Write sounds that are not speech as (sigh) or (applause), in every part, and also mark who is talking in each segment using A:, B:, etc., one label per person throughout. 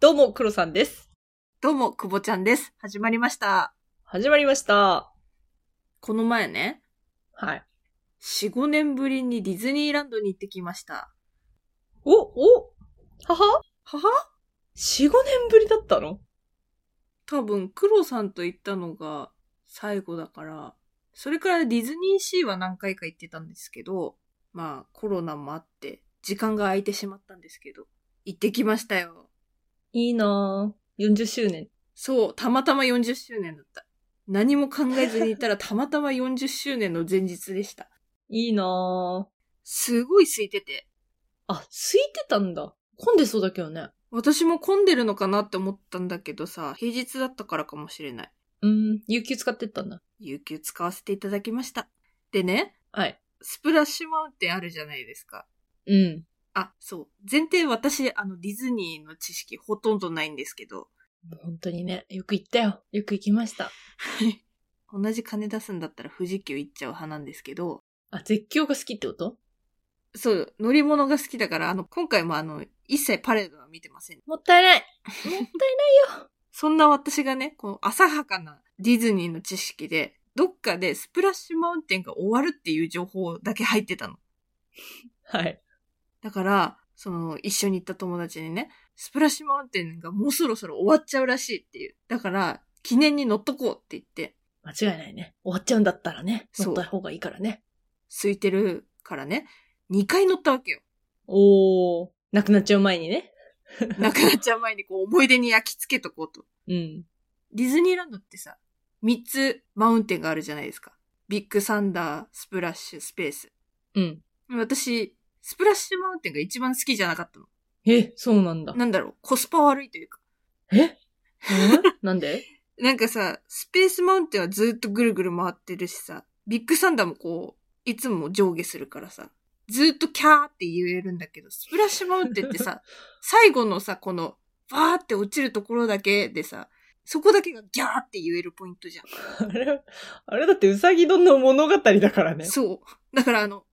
A: どうも、黒さんです。
B: どうも、くぼちゃんです。始まりました。
A: 始まりました。
B: この前ね、
A: はい。
B: 4、5年ぶりにディズニーランドに行ってきました。
A: お、お、はは
B: はは
A: 四五年ぶりだったの
B: 多分、クロさんと行ったのが最後だから、それからいディズニーシーは何回か行ってたんですけど、まあ、コロナもあって、時間が空いてしまったんですけど、行ってきましたよ。
A: いいなぁ。40周年。
B: そう、たまたま40周年だった。何も考えずにいた
A: (laughs)
B: ら、たまたま40周年の前日でした。
A: いいなぁ。
B: すごい空いてて、
A: あ、空いてたんだ。混んでそうだけどね。
B: 私も混んでるのかなって思ったんだけどさ、平日だったからかもしれない。
A: うん、有給使ってったんだ。
B: 有給使わせていただきました。でね、
A: はい。
B: スプラッシュマウンテンあるじゃないですか。
A: うん。
B: あ、そう。前提私、あの、ディズニーの知識ほとんどないんですけど、
A: もう本当にね、よく行ったよ。よく行きました。
B: (laughs) 同じ金出すんだったら富士急行っちゃう派なんですけど、
A: あ、絶叫が好きってこと
B: そう、乗り物が好きだから、あの、今回もあの、一切パレードは見てません。
A: もったいない。もったいないよ。
B: そんな私がね、こう、浅はかなディズニーの知識で、どっかでスプラッシュマウンテンが終わるっていう情報だけ入ってたの。
A: はい。
B: だから、その、一緒に行った友達にね、スプラッシュマウンテンがもうそろそろ終わっちゃうらしいっていう。だから、記念に乗っとこうって言って、
A: 間違いないね。終わっちゃうんだったらね。
B: そう
A: 乗った方がいいからね。
B: 空いてるからね、2回乗ったわけよ。
A: おー。なくなっちゃう前にね。
B: (laughs) なくなっちゃう前にこう、思い出に焼き付けとこうと。
A: うん。
B: ディズニーランドってさ、3つマウンテンがあるじゃないですか。ビッグサンダー、スプラッシュ、スペース。
A: うん。
B: 私、スプラッシュマウンテンが一番好きじゃなかったの。
A: え、そうなんだ。
B: なんだろう、コスパ悪いというか。
A: えなんで
B: なんかさ、スペースマウンテンはずっとぐるぐる回ってるしさ、ビッグサンダーもこう、いつも上下するからさ、ずっとキャーって言えるんだけど、スプラッシュマウンテンってさ、
A: (laughs)
B: 最後のさ、この、バーって落ちるところだけでさ、そこだけがギャーって言えるポイントじゃん。
A: あれ、あれだってうさぎ丼の物語だからね。
B: そう。だからあの、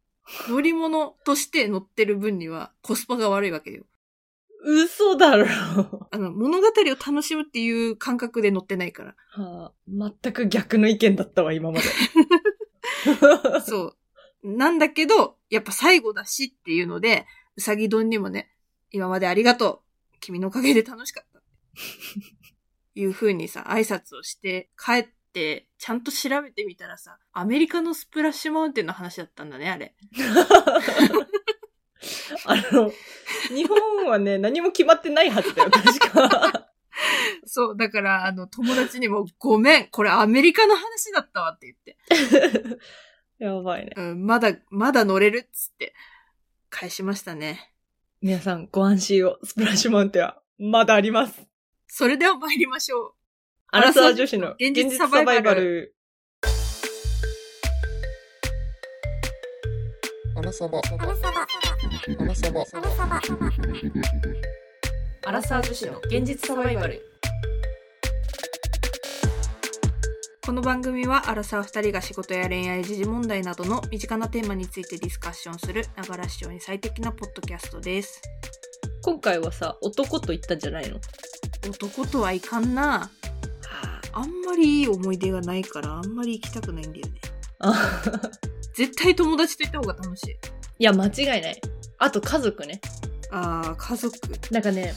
B: 乗り物として乗ってる分にはコスパが悪いわけよ。
A: 嘘だろ。
B: あの、物語を楽しむっていう感覚で乗ってないから。
A: (laughs) はあ、全く逆の意見だったわ、今まで。
B: そう。なんだけど、やっぱ最後だしっていうので、うさぎ丼にもね、今までありがとう。君のおかげで楽しかった。いう風にさ、挨拶をして帰って、ちゃんと調べてみたらさ、アメリカのスプラッシュマウンテンの話だったんだね、あれ。
A: (laughs) あの、日本はね、何も決まってないはずだよ、確か。
B: そう、だから、あの、友達にも、ごめん、これアメリカの話だったわって言って、
A: (laughs) やばいね。
B: うん、まだ、まだ乗れるっつって、返しましたね。
A: 皆さん、ご安心を。スプラッシュマウンテンは、まだあります。
B: それでは参りましょう。
A: アラサー女子の現
B: 現
A: 実
B: 実
A: サ
B: サ
A: バ
B: バ
A: イ
B: イ
A: バ
B: バル
A: ル。
C: アラサバ。アラサバ。アラサバ。
A: アラサー女子の現実サバイバル。
B: この番組はアラサー2人が仕事や恋愛時事問題などの身近なテーマについてディスカッションするながら視聴に最適なポッドキャストです
A: 今回はさ、男と言ったんじゃないの
B: 男とはいかんなあんまりいい思い出がないからあんまり行きたくないんだよね
A: あ
B: 絶対友達と行った方が楽しい
A: いや、間違いない。あと、家族ね。
B: あー家族
A: なんかね、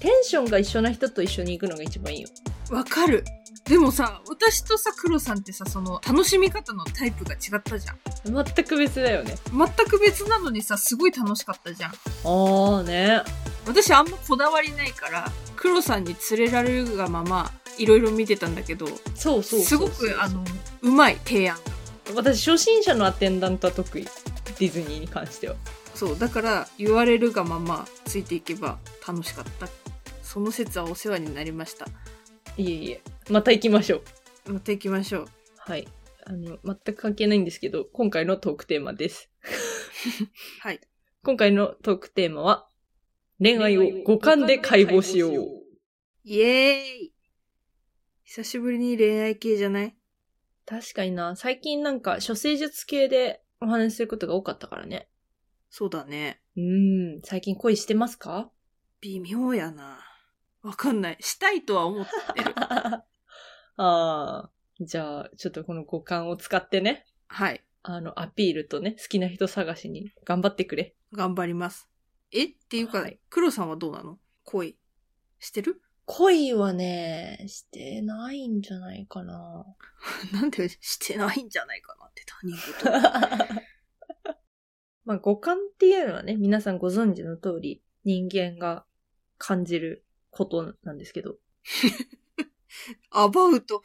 A: テンションが一緒な人と一緒に行くのが一番いいよ。
B: わかるでもさ私とさ黒さんってさその楽しみ方のタイプが違ったじゃん
A: 全く別だよね。
B: 全く別なのにさすごい楽しかったじゃん
A: ああね。
B: 私あんまこだわりないから黒さんに連れられるがままいろいろ見てたんだけど
A: そうそ
B: す
A: うそうそ
B: ご
A: う
B: くあのうまい提案
A: 私、初心者のアテンダントは得意。ディズニーに関しては。
B: そうだから言われるがままついていけば楽しかったその説はお世話になりました
A: いえいえ。また行きましょう。
B: また行きましょう
A: はい。あの、全く関係ないんですけど、今回のトークテーマです。
B: (laughs) はい
A: 今回のトークテーマは、恋愛を五感で解剖しよう。
B: イエーイ久しぶりに恋愛系じゃない
A: 確かにな、最近なんか、処世術系でお話しすることが多かったからね。
B: そうだね
A: うーん、最近恋してますか。
B: 微妙やなわかんない。したいとは思ってる
A: (laughs) あ (laughs) あー。じゃあ、ちょっとこの五感を使ってね、
B: はい。
A: あの、アピールとね、好きな人探しに頑張ってくれ。
B: 頑張ります。えっていうか、
A: はい
B: 黒さんはどうなの恋。してる (laughs)
A: 恋はね、してないんじゃないかな。
B: なんでしてないんじゃないかなって他人事。
A: (laughs) まあ、五感っていうのはね、皆さんご存知の通り、人間が感じることなんですけど。
B: アバウ
A: (laughs)
B: ト。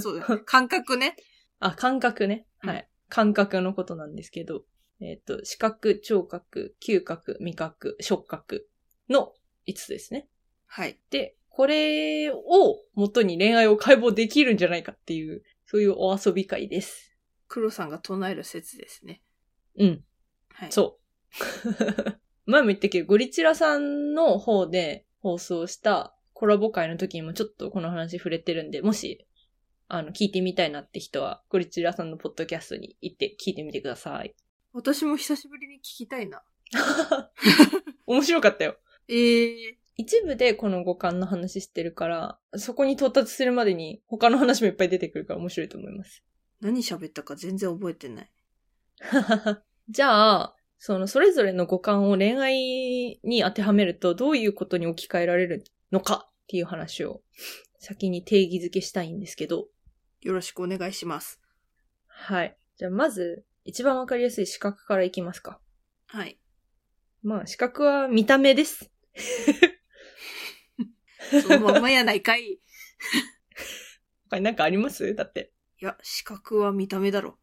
B: そうだ、ね。感覚ね。
A: あ、感覚ね。はい。
B: う
A: 感覚のことなんですけど、えっ、と、視覚、聴覚、嗅覚、味覚、触覚の5つですね。
B: はい。
A: で、これを元に恋愛を解剖できるんじゃないかっていう、そういうお遊び会です。
B: 黒さんが唱える説ですね。
A: うん。
B: はい。
A: そう。 (laughs) 前も言ったけど、ゴリチラさんの方で放送したコラボ会の時にもちょっとこの話触れてるんで、もし、あの、聞いてみたいなって人は、ゴリチラさんのポッドキャストに行って聞いてみてください。
B: 私も久しぶりに聞きたいな。
A: 面白かったよ。
B: ええ
A: 一部でこの五感の話してるから、そこに到達するまでに他の話もいっぱい出てくるから面白いと思います。 (laughs)
B: 何喋ったか全然覚えてない。
A: じゃあ、そのそれぞれの五感を恋愛に当てはめるとどういうことに置き換えられるのかっていう話を先に定義づけしたいんですけど。
B: よろしくお願いします。
A: はい。じゃあまず、一番わかりやすい視覚からいきますか。 (laughs)
B: はい。
A: まあ視覚は見た目です。
B: そのまんまやないかい。い
A: 他になんかありますだって。
B: や、視覚は見た目だろ。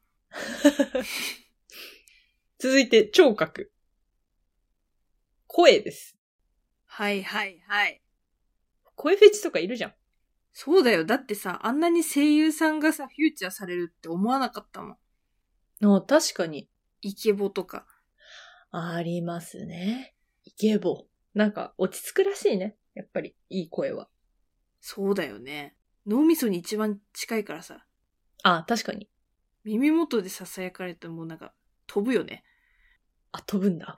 A: 続いて聴覚。声です。
B: はいはいはい。
A: 声フェチとかいるじゃん。
B: そうだよ。だってさ、あんなに声優さんがさ、フューチャーされるって思わなかったもん。
A: あ確かに。
B: イケボとか。
A: ありますね。イケボ。なんか、落ち着くらしいね。やっぱり、いい声は。
B: そうだよね。脳みそに一番近いからさ、
A: あ、確かに。
B: 耳元で囁かれてもうなんか、飛ぶよね。
A: あ、飛ぶ
B: (laughs)
A: んだ。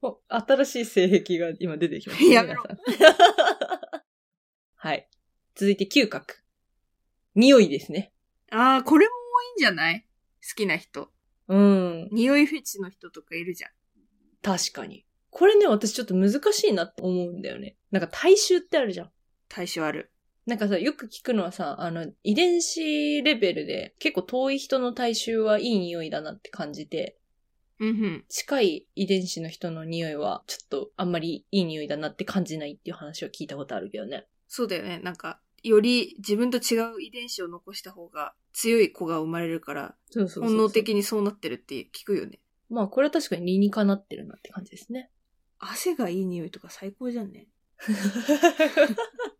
A: お新しい性癖が今出てきました。
B: やめろ
A: 皆さんはい。続いて、嗅覚。匂いですね。
B: あー、これも多いんじゃない好きな人。
A: うん。
B: 匂いフェチの人とかいるじゃん。
A: 確かに。これね、私ちょっと難しいなって思うんだよね。なんか、体臭ってあるじゃん。
B: 対象ある。
A: なんかさ、よく聞くのはさ、あの、遺伝子レベルで結構遠い人の体臭はいい匂いだなって感じて、
B: うんうん。
A: 近い遺伝子の人の匂いはちょっとあんまりいい匂いだなって感じないっていう話は聞いたことあるけどね。
B: そうだよね。なんか、より自分と違う遺伝子を残した方が強い子が生まれるから、
A: そうそうそう
B: 本能的にそうなってるって聞くよね。
A: まあこれは確かに理にかなってるなって感じで
B: (laughs)
A: すね。
B: 汗がいい匂いとか最高じゃんね。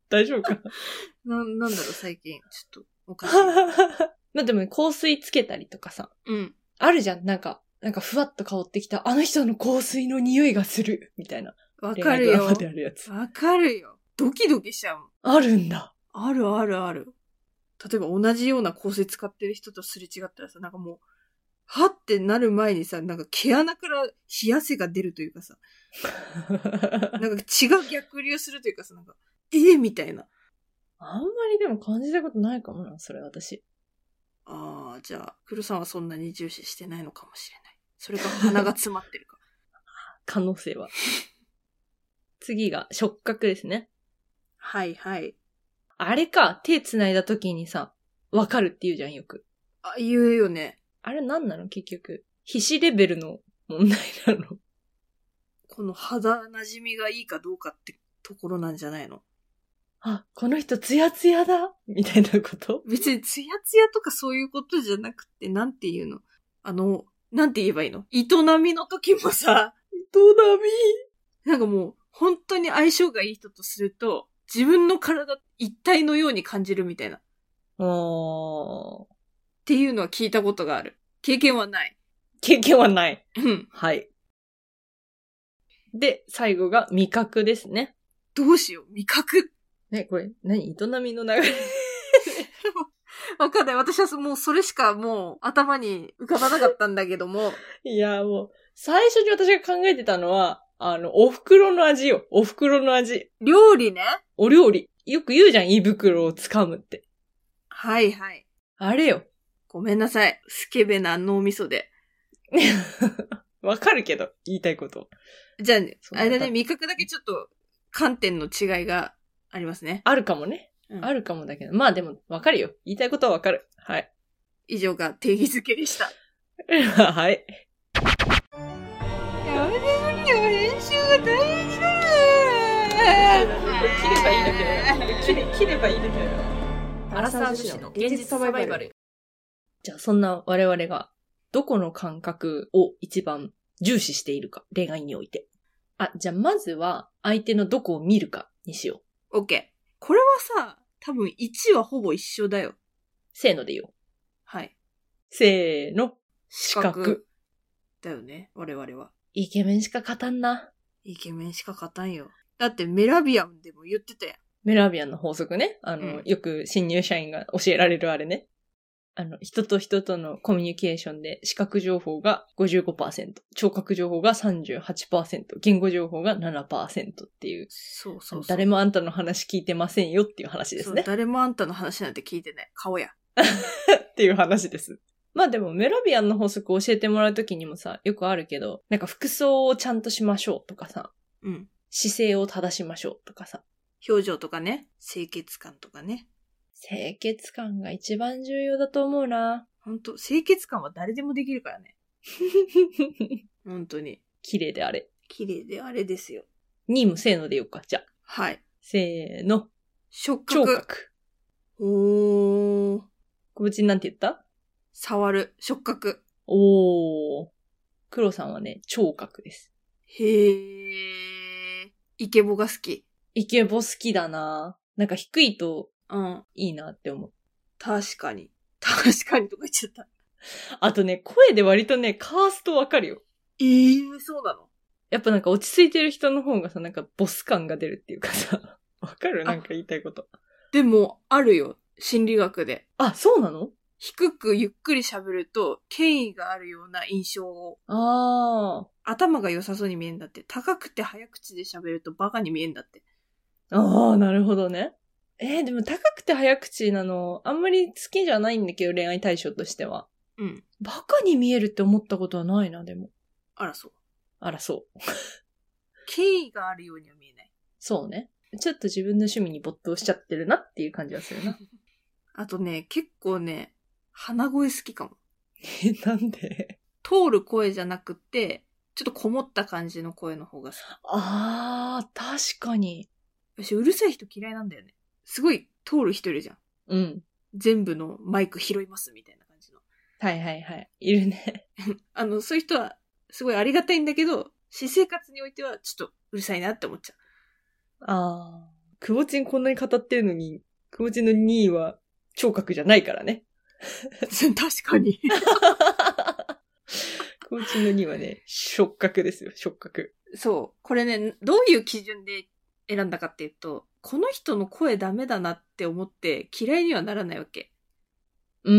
A: 大丈夫か
B: な、なんだろう、最近。ちょっと、おかしい。
A: (laughs) まあでもね香水つけたりとかさ、
B: (laughs) うん。
A: あるじゃん。なんか、なんかふわっと香ってきた、あの人の香水の匂いがする、みたいな。
B: わかる
A: 恋愛ド
B: よ
A: ラマ。であるやつ。
B: わかるよ。ドキドキしちゃうもん。
A: ある
B: (laughs)
A: んだ。
B: あるあるある。例えば同じような香水使ってる人とすれ違ったらさ、なんかもう、はってなる前にさ、なんか毛穴から冷汗が出るという (laughs) かさ、なんか血が逆流するというかさ、なんか、ええみたいな。
A: あんまりでも感じたことないかもな、それ私。
B: ああ、じゃあ、黒さんはそんなに重視してないのかもしれない。それか鼻が詰まってるか。
A: 可能性は。次が触覚ですね。
B: (laughs) はいはい。
A: あれか、手繋いだ時にさ、わかるって言うじゃん、よく。
B: あ、言うよね。
A: あれなんなの結局。皮脂レベルの問題なの。 (laughs)
B: この肌馴染みがいいかどうかってところなんじゃないの
A: あ、この人ツヤツヤだみたいなこと
B: 別にツヤツヤとかそういうことじゃなくて、なんていうのあの、なんて言えばいいの営みの時もさ、
A: どなみ
B: なんかもう、本当に相性がいい人とすると、自分の体一体のように感じるみたいな。っ
A: あー。
B: ていうのは聞いたことがある。経験はない。
A: 経験はない。
B: うん。
A: はい。で、最後が味覚ですね。
B: どうしよう。味覚。
A: ね、これ、何営みの流れ。
B: わかんない。私はもうそれしかもう頭に浮かばなかったんだけども。
A: いや、もう、最初に私が考えてたのは、あの、お袋の味よ。お袋の味。
B: 料理ね。
A: お料理。よく言うじゃん、胃袋を掴むって。
B: はいはい。
A: あれよ。 (laughs)
B: ごめんなさい。スケベな脳みそで。
A: わかるけど、言いたいこと。
B: じゃあね、
A: そう
B: あれだ
A: だ
B: ね、味覚だけちょっと観点の違いがありますね。
A: あるかもね。
B: うん
A: あるかもだけど。まあでも、わかるよ。言いたいことはわかる。はい。 (laughs)
B: 以上が定義づけでした。
A: はい。
B: やめて無理よ、練習が大事
A: 切
B: だ
A: ればいいだけだよ。切れ、切ればいいだけだよ。
B: アラサー女子の現実サバイバル。
A: じゃあそんな我々がどこの感覚を一番重視しているか、恋愛において。あ、じゃあまずは相手のどこを見るかにしよう。
B: オッケー。これはさ、多分1はほぼ一緒だよ。
A: せーので言おう。
B: はい。
A: せーの。
B: 視
A: 覚
B: だよね、我々は。
A: イケメンしか勝たんな。
B: イケメンしか勝たんよ。だってメラビアンでも言ってたやん。
A: メラビアンの法則ね。あの、
B: うん
A: よく新入社員が教えられるあれね。あの、人と人とのコミュニケーションで視覚情報が55%、聴覚情報が38%、言語情報が7%っていう。
B: そうそうそう。
A: 誰もあんたの話聞いてませんよっていう話です
B: そ
A: ね
B: う。誰もあんたの話なんて聞いてない。顔や。
A: (laughs) っていう話です。まあでもメラビアンの法則を教えてもらうときにもさ、よくあるけど、なんか服装をちゃんとしましょうとかさ、
B: うん。
A: 姿勢を正しましょうとかさ、
B: 表情とかね、清潔感とかね。
A: 清潔感が一番重要だと思うな。
B: ほんと、清潔感は誰でもできるからね。ほんとに。
A: 綺麗であれ。
B: 綺麗であれですよ。
A: にもせーのでよっか。じゃあ。
B: はい。
A: せーの。
B: 触
A: 聴
B: 覚。
A: 覚。
B: おー。
A: 小渕なんて言った
B: 触る。触覚。
A: おー。黒さんはね、聴覚です。
B: へー。イケボが好き。
A: イケボ好きだななんか低いと
B: うん。
A: いいなって思う。
B: 確かに。確かにとか言っちゃった。
A: あとね、声で割とね、カーストわかるよ。
B: えー、そうなの
A: やっぱなんか落ち着いてる人の方がさ、なんかボス感が出るっていうかさ、 (laughs) わかる
B: あ
A: なんか言いたいこと。
B: でも、あるよ。心理学で。
A: あ、そうなの
B: 低くゆっくり喋ると、権威があるような印象を、
A: あ
B: 頭が良さそうに見えんだって。高くて早口で喋るとバカに見えんだって。
A: あ。ああ、なるほどね。えーでも高くて早口なの、あんまり好きじゃないんだけど、恋愛対象としては。
B: うん。
A: バカに見えるって思ったことはないな、でも。
B: あら、そう。
A: あら、そう。
B: 権威があるようには見えない。
A: そうね。ちょっと自分の趣味に没頭しちゃってるなっていう感じはするな。
B: あとね、結構ね、鼻声好きかも。
A: (laughs) え、なんで
B: 通る声じゃなくて、ちょっとこもった感じの声の方が好き。
A: ああ、確かに。
B: 私、うるさい人嫌いなんだよね。すごい通る人いるじゃん。
A: うん。
B: 全部のマイク拾いますみたいな感じの。
A: はいはいはい。いるね。
B: あの、そういう人は、すごいありがたいんだけど、私生活においては、ちょっとうるさいなって思っちゃう。
A: ああ。クボチンこんなに語ってるのに、クボチンの2位は聴覚じゃないからね。
B: (laughs) 確かに。
A: (laughs) クボチンの2位はね、触覚ですよ、触覚。
B: そう。これね、どういう基準で選んだかっていうと、この人の声ダメだなって思って嫌いにはならないわけ。
A: うー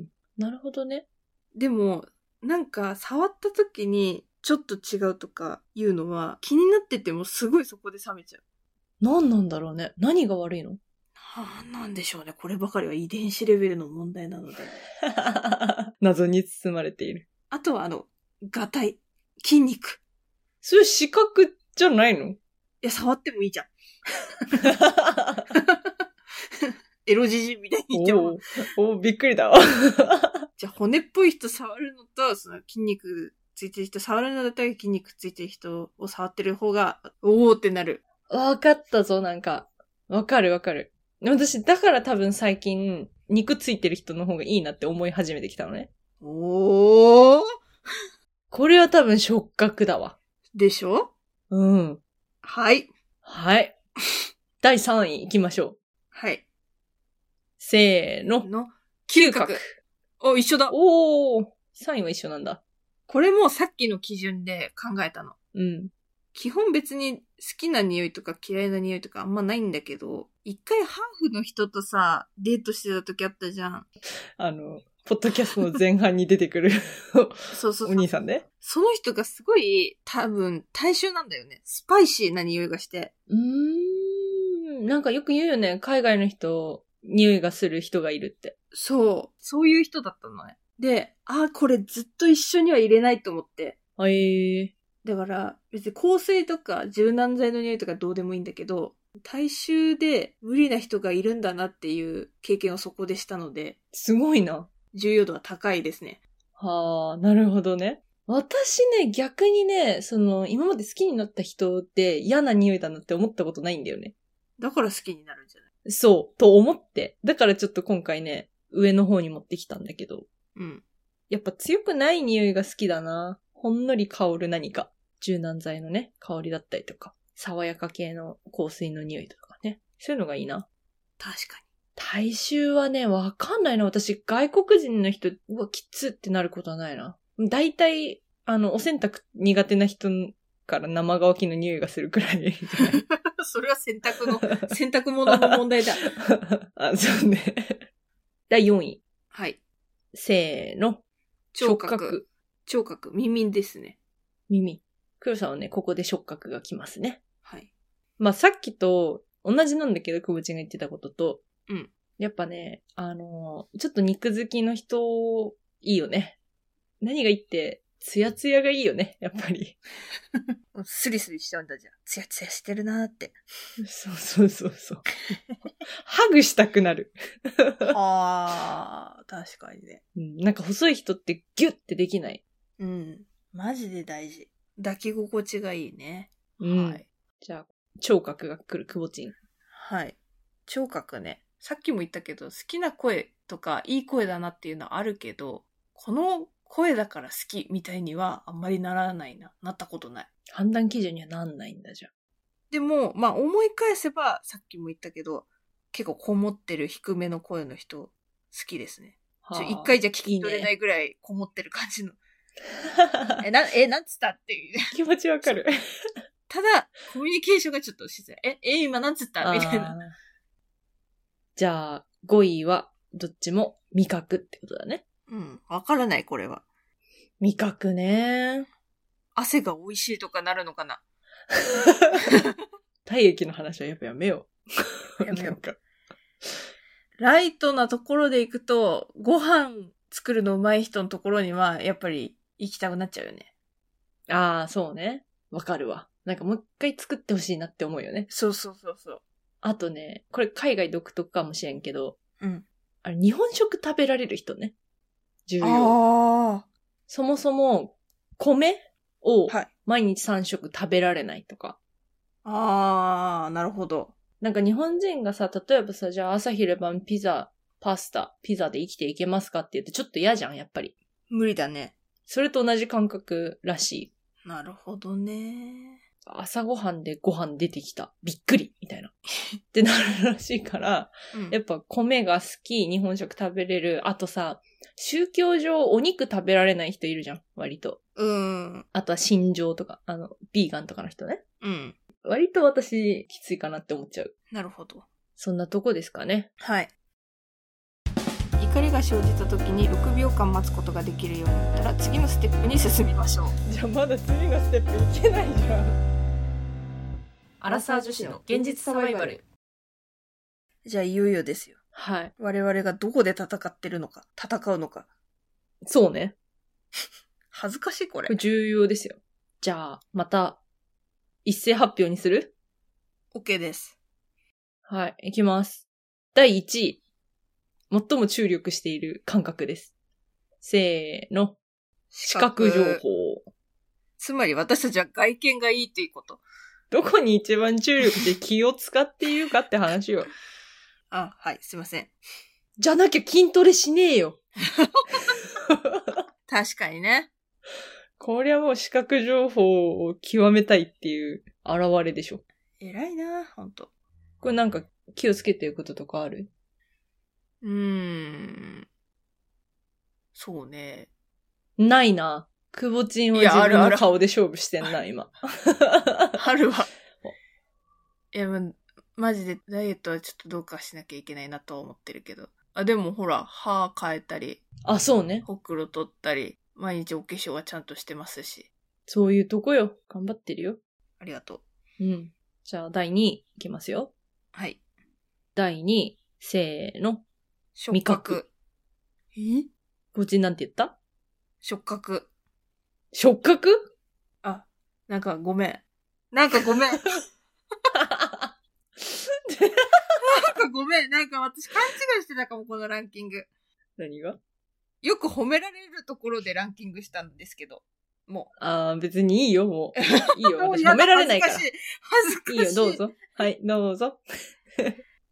A: ん。なるほどね。
B: でも、なんか触った時にちょっと違うとかいうのは気になっててもすごいそこで冷めちゃう。
A: 何なんだろうね。何が悪いの
B: なんなんでしょうね。こればかりは遺伝子レベルの問題なので。
A: (laughs) 謎に包まれている。
B: あとはあの、ガタイ、筋肉。
A: それ視覚じゃない (laughs) の
B: いや、触ってもいいじゃん。エロじじいみたいに言っても
A: お。おおびっくりだわ。
B: じゃあ骨っぽい人触るのと、その筋肉ついてる人、触るのだったら筋肉ついてる人を触ってる方が、おーってなる。
A: わかったぞ、なんか。わかるわかる。私、だから多分最近、肉ついてる人の方がいいなって思い始めてきたのね。
B: おー
A: これは多分触覚だわ。
B: でしょ
A: うん。
B: はい。
A: はい。 (laughs) 第3位行きましょう。
B: はい。
A: せーの。
B: の、嗅覚。お、一緒だ。
A: おー。3位は一緒なんだ。
B: これもさっきの基準で考えたの。
A: うん。
B: 基本別に好きな匂いとか嫌いな匂いとかあんまないんだけど、一回ハーフの人とさ、デートしてた時あったじゃん。
A: あの、ポッドキャストの前半に出てく
B: (laughs)
A: る
B: そうそう
A: お
B: そう
A: 兄。さんね。
B: その人がすごい、多分、大衆なんだよね。スパイシーな匂いがして。
A: うーん。なんかよく言うよね。海外の人、匂いがする人がいるって。
B: そう。そういう人だったのね。で、ああ、これずっと一緒には入れないと思って。
A: あええ
B: だから、別に香水とか柔軟剤の匂いとかどうでもいいんだけど、大衆で無理な人がいるんだなっていう経験をそこでしたので、
A: すごいな。
B: 重要度は高いですね。
A: はあ、なるほどね。私ね、逆にね、その、今まで好きになった人って嫌な匂いだなって思ったことないんだよね。
B: だから好きになるんじゃない
A: そう、と思って。だからちょっと今回ね、上の方に持ってきたんだけど。
B: うん。
A: やっぱ強くない匂いが好きだな。ほんのり香る何か。柔軟剤のね、香りだったりとか。爽やか系の香水の匂いとかね。そういうのがいいな。
B: 確か
A: 大衆はね、わかんないな。私、外国人の人、うわ、きつってなることはないな。大体、あの、お洗濯苦手な人から生乾きの匂いがするくら
B: (laughs)
A: いじゃない。
B: に。それは洗濯 (laughs) の、洗濯物の問題だ。
A: あ、そうね。第4位。
B: (laughs) はい。
A: せーの。
B: 聴覚。聴覚。耳ですね。
A: 耳。黒さんはね、ここで触覚がきますね。
B: はい。
A: まあ、さっきと同じなんだけど、久保ちゃんが言ってたことと。
B: うん。
A: やっぱね、あのーちょっと肉好きの人、いいよね。何がいいって、ツヤツヤがいいよね、やっぱ
B: (laughs)
A: り。
B: スリスリしちゃうんだじゃん。ツヤツヤしてるなーって。
A: そうそうそうそう。ハグしたくなる、
B: (laughs) ああ、確かにね。
A: うんなんか細い人ってギュッてできない。
B: うん。マジで大事。抱き心地がいいね。
A: うん
B: はい。
A: じゃあ、聴覚が来る久保ちん。
B: はい。聴覚ね。さっきも言ったけど、好きな声とか、いい声だなっていうのはあるけど、この声だから好きみたいにはあんまりならないな。なったことない。
A: 判断基準にはなんないんだじゃん。
B: でも、まあ思い返せば、さっきも言ったけど、結構こもってる低めの声の人、好きですね。ちょ
A: はあ
B: 一回じゃ聞き取れない
A: い
B: いぐらいこもってる感
A: (laughs)
B: じの。
A: ね
B: え、な、え、なんつったっていう。
A: (laughs) 気持ちわかる。
B: ただ、コミュニケーションがちょっとしづらい。え、え、今なんつったみたい
A: あ
B: な。
A: ー。じゃあ、5位は、どっちも味覚ってことだね。
B: うん。わからない、これは。
A: 味覚ね。
B: 汗が美味しいとかなるのかな。
A: 体液の話はやっぱやめよう。
B: やめよう
A: なんか
B: ライトなところで行くと、ご飯作るの上手い人のところには、やっぱり行きたくなっちゃうよね。
A: ああ、そうね。わかるわ。なんかもう一回作ってほしいなって思うよね。
B: そうそうそうそう。
A: あとね、これ海外独特かもしれんけど、
B: うん。
A: あれ日本食食べられる人ね。重要。
B: あ
A: そもそも、米を
B: はい。
A: 毎日3食食べられないとか。
B: ああ、なるほど。
A: なんか日本人がさ、例えばさ、じゃあ朝昼晩ピザ、パスタ、ピザで生きていけますかって言ってちょっと嫌じゃん、やっぱり。
B: 無理だね。
A: それと同じ感覚らしい。
B: なるほどね。
A: 朝ごはんでご飯出てきた。びっくりみたいな。 (laughs) ってなるらしいから、
B: うん
A: やっぱ米が好き、日本食食べれる。あとさ、宗教上お肉食べられない人いるじゃん、割と。
B: うん。
A: あとは心情とか、あの、ビーガンとかの人ね。
B: うん。
A: 割と私、きついかなって思っちゃう。
B: なるほど。
A: そんなとこですかね。
B: はい。怒りが生じた時に6秒間待つことができるようになったら次のステップに進みましょう。
A: じゃあまだ次のステップいけないじゃん。
B: アラサー女子の現実サバイバル。じゃあいよいよですよ。
A: はい。
B: 我々がどこで戦ってるのか、戦うのか。
A: そうね。
B: 恥ずかしいこ
A: こ
B: れ
A: れ。重要ですよ。じゃあ、また、一斉発表にする
B: OK です。
A: はい、いきます。第1位。最も注力している感覚です。せーの。視覚情報。
B: つまり私たちは外見がいいということ。
A: どこに一番注力して気を使っているかって話よ。
B: あ、はい、すいません。
A: じゃなきゃ筋トレしねえよ。
B: 確かにね。
A: こりゃもう視覚情報を極めたいっていう現れでしょ。
B: 偉いな、ほんと。
A: これなんか気をつけてることとかある
B: うーん。そうね。
A: ないな。くぼちんは自
B: いやある
A: 分
B: あ
A: の
B: る
A: 顔で勝負してん
B: (laughs)
A: な、今。
B: あるわ。いや、ま、マジでダイエットはちょっとどうかしなきゃいけないなとは思ってるけど。あ、でもほら、歯変えたり、
A: あ、そうね。
B: ほくろ取ったり、毎日お化粧はちゃんとしてますし。
A: そういうとこよ。頑張ってるよ。
B: ありがとう。
A: うん。じゃあ、第2位いきますよ。
B: はい。
A: 第2位、せーの。
B: 触覚。え
A: こっちなんて言った
B: 触覚。
A: 触覚 (laughs)
B: あ、なんかごめん。なんかごめん。なんかごめん。なんか私勘違いしてたかも、このランキング。
A: 何が
B: よく褒められるところでランキングしたんですけど。も。
A: あー、別にいいよ、もう。いいう
B: (laughs)
A: よ、
B: もう
A: 私
B: や
A: 褒
B: だ
A: められないから。
B: 恥
A: い
B: ずかし
A: い
B: い。
A: よ、
B: 恥ずかしい。
A: どう。ぞ。はい、どうぞ。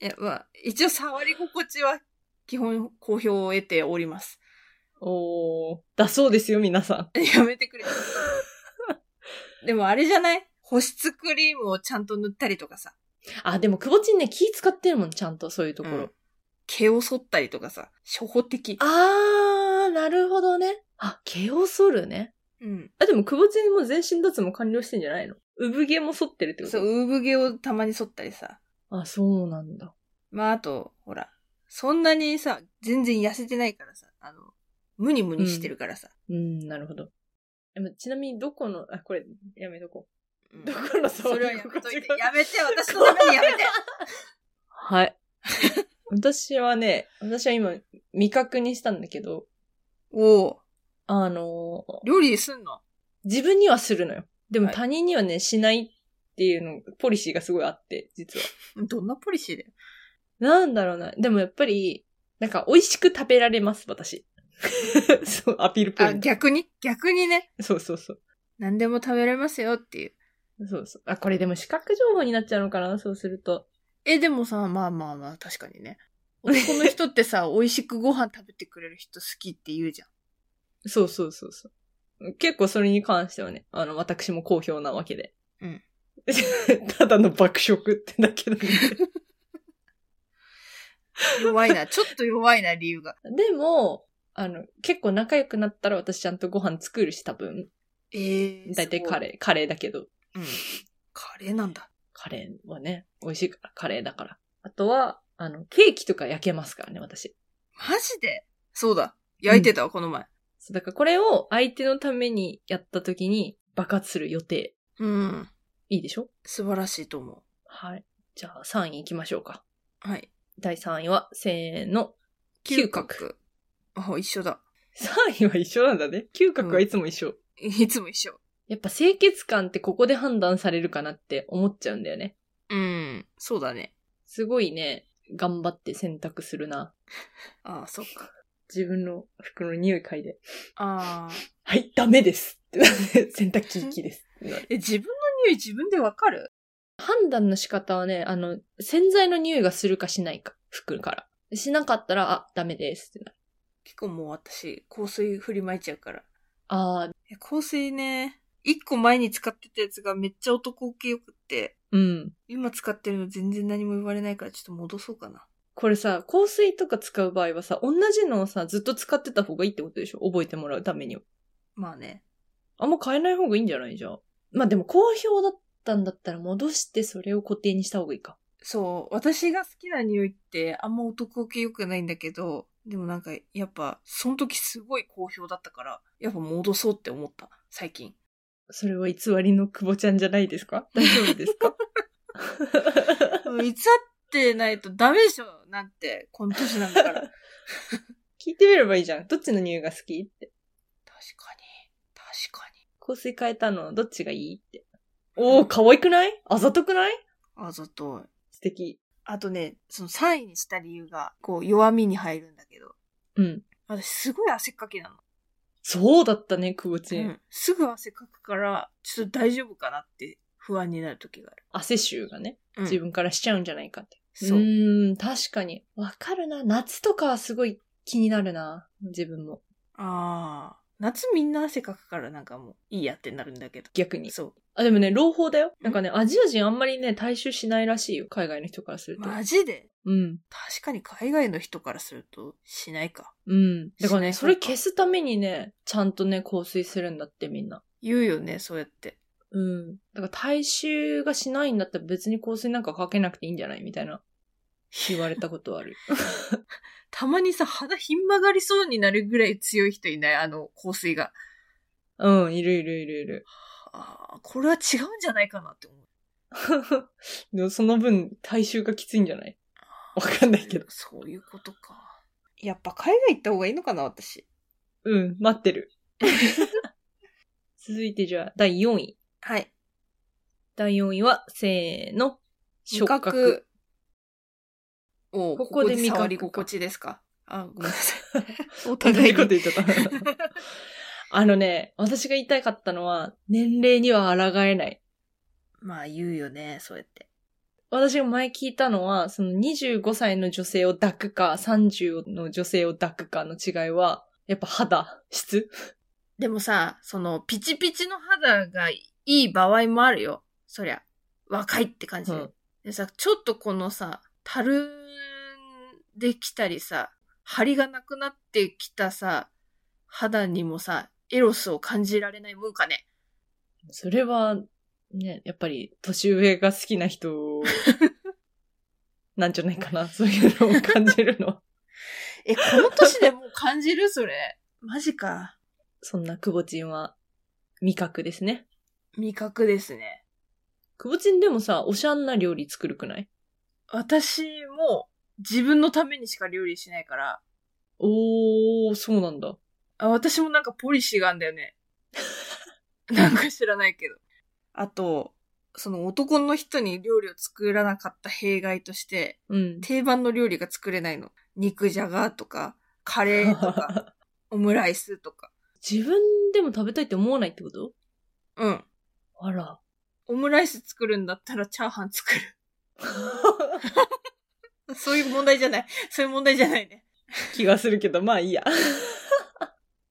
B: いや、まあ、一応触り心地は基本好評を得ております。 (laughs)
A: おー、だそうですよ、皆さ
B: やめて
A: (laughs)
B: くれ。でもあれじゃない保湿クリームをちゃんと塗ったりとかさ、
A: ん。あ、でも、くぼちんね、気使ってるもん、ちゃんと、そういうところ。
B: うん毛を剃ったりとかさ、初歩的。
A: あー、なるほどね。あ、毛を剃るね。
B: うん。
A: あ、でも、くぼちんも全身脱毛完了してんじゃないの産毛も剃ってるってこと
B: そう、産毛をたまに剃ったりさ。
A: あ、そうなんだ。
B: まああと、ほら、そんなにさ、全然痩せてないからさ、あの、ムニムニしてるからさ。
A: うん、なるほど。でもちなみに、どこの、あ、これ、やめとこ
B: うん
A: う。どこの
B: そ
A: 触
B: れは
A: り
B: やめ
A: 心
B: と
A: 地
B: いて。
A: が
B: やめて、私のためにやめ
A: (laughs)
B: て。
A: はい。 (laughs) 私はね、私は今、味覚にしたんだけど、
B: おお
A: あのー
B: 料理すんの
A: 自分にはするのよ。でも
B: はい
A: 他人にはね、しないっていうの、ポリシーがすごいあって、実は。
B: どんなポリシーだよ。
A: (laughs) なんだろうな。でもやっぱり、なんか、美味しく食べられます、私。 (laughs) そう、アピールポイ
B: あ、
A: ン
B: 逆に逆にね、
A: ト。そうそうそう。
B: 何でも食べれますよっていう。
A: そうそう。あ、これでも視覚情報になっちゃうのかなそうすると。
B: え、でもさ、まあまあまあ、確か (laughs) にね。男の人ってさ、美味しくご飯食べてくれる人好きって言うじゃん。
A: そうそうそうそう。結構それに関してはね、あの、私も好評なわけで。
B: うん。
A: (laughs) ただの爆食ってだけど、ね。
B: 弱 (laughs) いな、ちょっと弱いな、理由が。
A: (laughs) でも、あの、結構仲良くなったら私ちゃんとご飯作るし、多分。
B: ええ
A: だいたいカ
B: ー
A: レー、カレーだけど。
B: すごい。うん。カレーなんだ。
A: カレーはね、美味しいから、カレーだから。あとは、あの、ケーキとか焼けますからね、私。
B: マジでそうだ。焼いてたわ、この前。
A: そう、だからこれを相手のためにやった時に爆発する予定。
B: うん。
A: いいでしょ
B: 素晴らしいと思
A: はい。じゃあ3位行きましょうか。
B: う。はい。
A: 第3位は、せーの、嗅覚。
B: あ、一緒だ。
A: 3位は一緒なんだね。嗅覚はいつも一緒。
B: いつも一緒。
A: やっぱ清潔感ってここで判断されるかなって思っちゃうんだよね。
B: うん。そうだね。
A: すごいね、頑張って選択するな。
B: ああ、そっか。
A: 自分の服の匂い嗅いで。
B: ああ。
A: はい、ダメです (laughs) ってなって洗濯機行きです。
B: え、自分の匂い自分でわかる
A: 判断の仕方はね、あの、洗剤の匂いがするかしないか、服から。しなかったら、あ、ダメですってなる。
B: 結構もう私、香水振りまいちゃうから。
A: あー、
B: いや香水ね、一個前に使ってたやつがめっちゃ男受けよくって、
A: うん。
B: 今使ってるの全然何も言われないからちょっと戻そうかな。
A: これさ、香水とか使う場合はさ、同じのをさ、ずっと使ってた方がいいってことでしょ覚えてもらうためには。
B: まあね。
A: あんま変えない方がいいんじゃないじゃあ。まあでも好評だったんだったら戻してそれを固定にした方がいいか。
B: そう、私が好きな匂いってあんま男受けよくないんだけど、でもなんかやっぱ、その時すごい好評だったから、やっぱ戻そうって思った、最近。
A: それは偽りの久保ちゃんじゃないで
B: (laughs)
A: すか大丈夫ですか
B: うん偽ってないとダメでしょなんて、この年なんだから。確か
A: 聞いてみればいいじゃん。どっちの匂いが好きって。
B: に。確かに。
A: 香水変えたのどっちがいいって。おー、可愛くないあざとくない
B: あざとい。
A: 素敵。
B: あとね、その3位にした理由が、こう弱みに入るんだけど、
A: うん。
B: 私すごい汗っかきなの。
A: そうだったね、久保ちん。
B: うんすぐ汗かくから、ちょっと大丈夫かなって不安になる時がある。
A: 汗臭がね、
B: うん
A: 自分からしちゃうんじゃないかって。
B: そうう。
A: ーん、確かに。わかるな。夏とかはすごい気になるな。自分も。
B: ああ。夏みんな汗かくからなんかもういいやってなるんだけど。
A: 逆に。
B: そ
A: あ、でもね、朗報だよ。
B: ん
A: なんかね、アジア人あんまりね、大衆しないらしいよ。海外の人からする
B: う。
A: と。
B: マジで
A: うん。
B: 確かに海外の人からするとしないか。
A: うん。だからね、
B: し
A: そ
B: ない方
A: れ
B: か
A: 消すためにね、ちゃんとね、香水するんだって、みんな。
B: 言うよね、そうやって。
A: うん。だから大衆がしないんだったら別に香水なんかかけなくていいんじゃないみたいな。言われたこと
B: (laughs)
A: ある。
B: たまにさ、鼻ひん曲がりそうになるぐらい強い人いないあの、香水が。
A: うん、いるいるいるいる。
B: ああ、これは違うんじゃないかなって思う。
A: でもその分、体臭がきついんじゃないわかんないけど。
B: そういうことか。やっぱ海外行った方がいいのかな、私。
A: うん、待ってる。 (laughs) 続いてじゃあ、第4位。
B: はい。
A: 第4位は、せーの。
B: 触覚。おう
A: こ
B: こ
A: こ
B: こ
A: で
B: で
A: 味覚か
B: 触り心地ですか。あ、ごめんなさ
A: (laughs)
B: い。お
A: 同
B: 互
A: じ
B: い
A: こと
B: に。
A: 言っちゃった。あのね、私が言いたかったのは、年齢には抗えない。
B: まあ言うよね、そうやって。
A: 私が前聞いたのは、その25歳の女性を抱くか、30の女性を抱くかの違いは、やっぱ肌、質
B: でもさ、その、ピチピチの肌がいい場合もあるよ。そりゃ。若いって感じで。
A: うん
B: でさ、ちょっとこのさ、たるんできたりさ、張りがなくなってきたさ、肌にもさ、エロスを感じられないもんかね。
A: それは、ね、やっぱり、年上が好きな (laughs) 人、なんじゃないかな、そういうのを感じるのは。
B: え、この年でもう感 (laughs) じるそれ。マジか。
A: そんなくぼちんは、味覚ですね。
B: 味覚ですね。
A: くぼちんでもさ、おしゃんな料理作るくない
B: 私も自分のためにしか料理しないから、
A: おー、そうなんだ。
B: あ私もなんかポリシーがあんだよ (laughs) ね。なんか知らないけど。あと、その男の人に料理を作らなかった弊害として、
A: うん。
B: 定番の料理が作れないの。肉じゃがとか、カレーとか、 (laughs) オムライスとか。
A: 自分でも食べたいって思わないってこと
B: うん。
A: あら。 (laughs)
B: オムライス作るんだったらチャーハン作る。そういう問題じゃない。そういう問題じゃないね。
A: 気がするけど、まあいいや。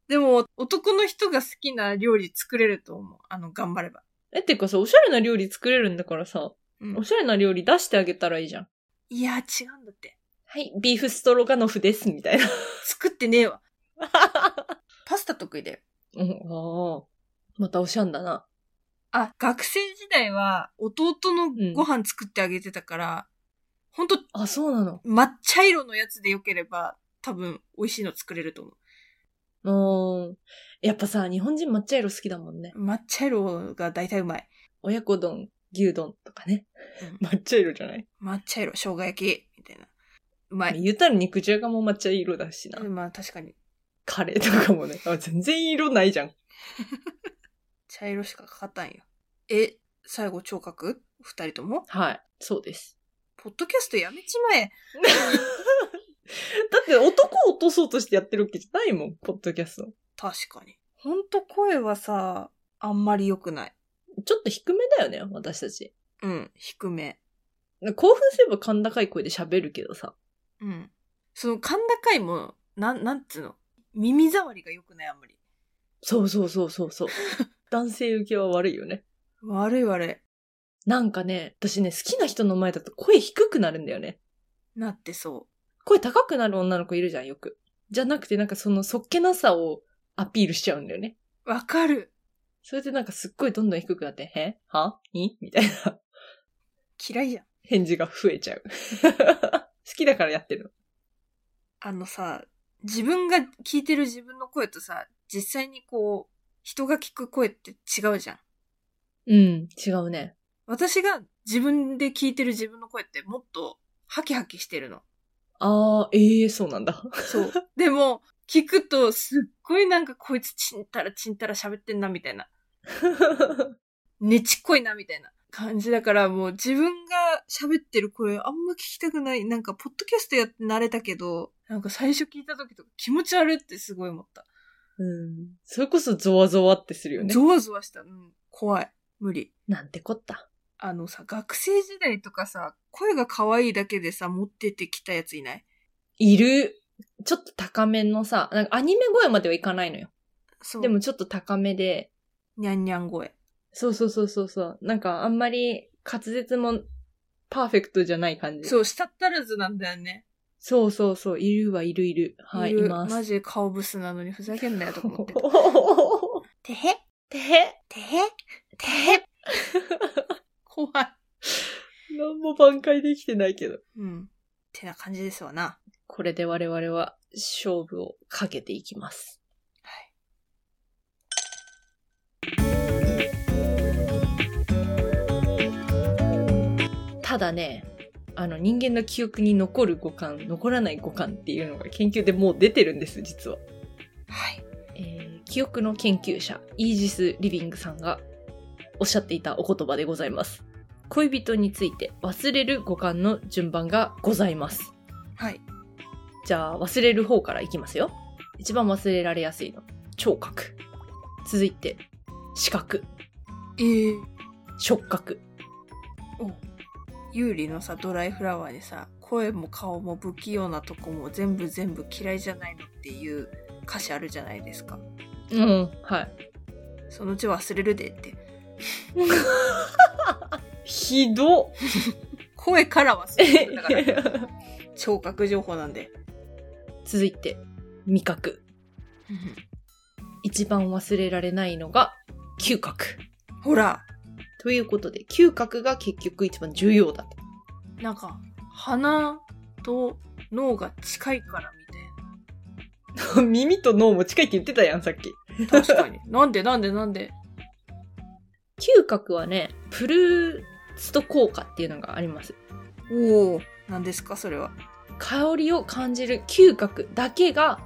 B: でも、男の人が好きな料理作れると思う。あの、頑張れば。
A: え、っていうかさ、おしゃれな料理作れるんだからさ、
B: うん
A: おしゃれな料理出してあげたらいいじゃん。
B: いや、違うんだって。
A: はい、ビーフストロガノフです、みたいな。 (laughs)
B: 作ってねえわ。パスタ得意だよ。
A: うん、ああ。またおしゃんだな。
B: あ、学生時代は弟のご飯作ってあげてたから、ほんと
A: あ、そうなの。
B: 抹茶色のやつで良ければ多分美味しいの作れると思
A: うーん。やっぱさ、日本人抹茶色好きだもんね。
B: う。抹茶色が大体うまい。
A: 親子丼、牛丼とかね。
B: う
A: 抹茶色じゃない、
B: 抹茶色、生姜焼き、みたいな。うまい。
A: 言うたら肉じゃがも抹茶色だしな。
B: まあ確かに。
A: カレーとかもね。あ全然色ないじゃん。
B: 茶色しかかかったんよ。え、最後聴覚二人とも
A: はい。そうです。
B: ポッドキャストやめちまえ。
A: (laughs) だって男を落とそうとしてやってるわけじゃないもん、ポッドキャスト。
B: 確かに。ほんと声はさ、あんまり良くない。
A: ちょっと低めだよね、私たち。
B: うん、低め。
A: 興奮すれば甲高い声で喋るけどさ。
B: うん。その、甲高いも、なん、なんつうの耳障りが良くない、あんまり。
A: そうそうそうそう (laughs) そう。男性受けは悪いよね。
B: 悪い悪
A: なんかね、私ね、好きな人の前だと声低くなるんだよね。
B: い。なってそ
A: 声高くなる女の子いるじゃん、よく。じゃなくて、なんかそのそっけなさをアピールしちゃうんだよね。
B: う。わかる。
A: それでなんかすっごいどんどん低くなって、へはいみたいな
B: 嫌いじゃん。
A: 返事が増えちゃう。 (laughs) 好きだからやってるの。
B: あのさ、自分が聞いてる自分の声とさ、実際にこう、人が聞く声って違うじゃん。
A: うん、違うね。
B: 私が自分で聞いてる自分の声ってもっとハキハキしてるの。
A: あー、ええー、そうなんだ。 (laughs)
B: (laughs) そう。でも、聞くとすっごいなんかこいつちんたらちんたら喋ってんなみたいな。ねちっこいな、みたいな感じだから、もう自分が喋ってる声あんま聞きたくない。なんか、ポッドキャストやって慣れたけど、なんか最初聞いた時とか気持ち悪いってすごい思った。
A: うん。それこそゾワゾワってするよね。
B: ゾワゾワした。うん。怖い。無理。
A: なんてこった。
B: あのさ、学生時代とかさ、声が可愛いだけでさ、持っててきたやついない
A: いる。ちょっと高めのさ、なんかアニメ声まではいかないのよ。
B: そう。
A: でも、ちょっと高めで、
B: にゃんにゃん声。
A: そうそうそうそうそう。なんかあんまり滑舌もパーフェクトじゃない感じ。
B: そう、したったらずなんだよね。
A: そうそうそう。いるはいるいる。はい、い
B: る
A: ます。 (laughs)
B: マジ顔ブスなのにふざけんなよとか (laughs) 思ってた。てへ
A: てへ
B: てへてへ (laughs) 怖い。
A: 何も挽回できてないけど。
B: うん。てな感じですわな。
A: これで我々は勝負をかけていきます。
B: はい。
A: ただね、あの人間の記憶に残る五感、残らない五感っていうのが研究でもう出てるんです、実は。
B: はい。
A: えー記憶の研究者イージス・リビングさんがおっしゃっていたお言葉でございます恋人について忘れる五感の順番がございます
B: はい。
A: じゃあ忘れる方からいきますよ一番忘れられやすいの聴覚続いて視覚
B: えー、
A: 触覚
B: ユーリのさ、ドライフラワーでさ、声も顔も不器用なとこも全部全部嫌いじゃないのっていう歌詞あるじゃないですか。
A: うんはい
B: そのうち忘れるでって。
A: ひどっ
B: 声から忘れるんだから。聴覚情報なんで。
A: 続いて味覚一番忘れられないのが嗅覚
B: ほら、
A: ということで嗅覚が結局一番重要だと
B: なんか、鼻と脳が近いからみたいな。
A: 耳と (laughs) 脳も近いって言ってたやん、さっき。
B: 確か (laughs) に。なんでなんでなんで。
A: 嗅覚はね、プルースト効果っていうのがあります。
B: おお。なんですかそれは。
A: 香りを感じる嗅覚だけが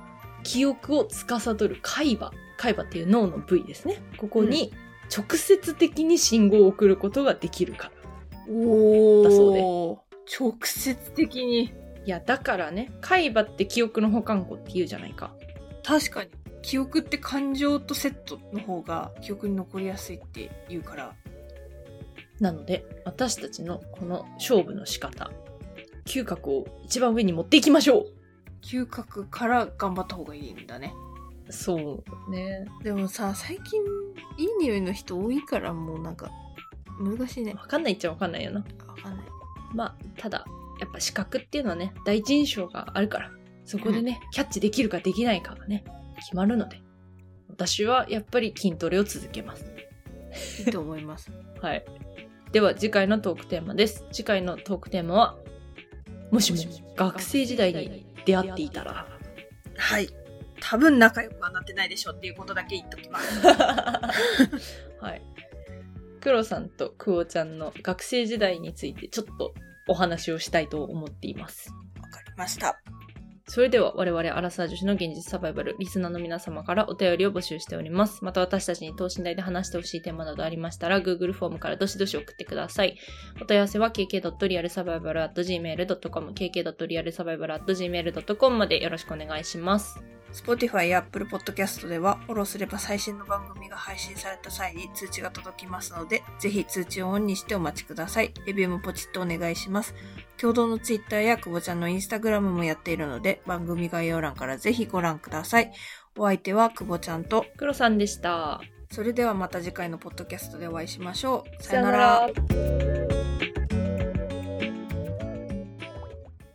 A: 記憶を司る海馬。海馬っていう脳の部位ですね。ここに直接的に信号を送ることができるから。
B: おお。
A: だ
B: 直接的に。
A: いや、だからね、海馬って記憶の保管庫って言うじゃないか。
B: 確かに。記憶って感情とセットの方が記憶に残りやすいって言うから。
A: なので、私たちのこの勝負の仕方、嗅覚を一番上に持っていきましょ
B: 嗅覚から頑張った方がいいんだね。
A: うそうね。
B: でもさ、最近、いい匂いの人多いからもうなんか、難しいね。
A: わかんないっちゃわかんないよな。
B: わかんない。
A: まあ、ただ、やっぱ視覚っていうのはね、第一印象があるから、そこでね、キャッチできるかできないかがね、決まるので、私はやっぱり筋トレを続けます。
B: いいと思います。
A: はい。では、次回のトークテーマです。次回のトークテーマは、もしも学生時代に出会っていたら、
B: はい。多分仲良くはなってないでしょうっていうことだけ言っときます。 (laughs)
A: はい。黒さんとクオちゃんの学生時代についてちょっとお話をしたいと思っています。
B: わかりました。
A: それでは我々アラサー女子の現実サバイバルリスナーの皆様からお便りを募集しておりますまた私たちに等身大で話してほしいテーマなどありましたら Google フォームからどしどし送ってくださいお問い合わせは kk.realsurvival.gmail.com kk.realsurvival.gmail.com までよろしくお願いします
B: Spotify や Apple Podcast では、フォローすれば最新の番組が配信された際に通知が届きますので、ぜひ通知をオンにしてお待ちください。レビューもポチッとお願いします。共同の Twitter や久保ちゃんの Instagram もやっているので、番組概要欄からぜひご覧ください。お相手は久保ちゃんと、
A: 黒さんでした
B: それではまた次回のポッドキャストでお会いしましょう。さよなら。
A: よなら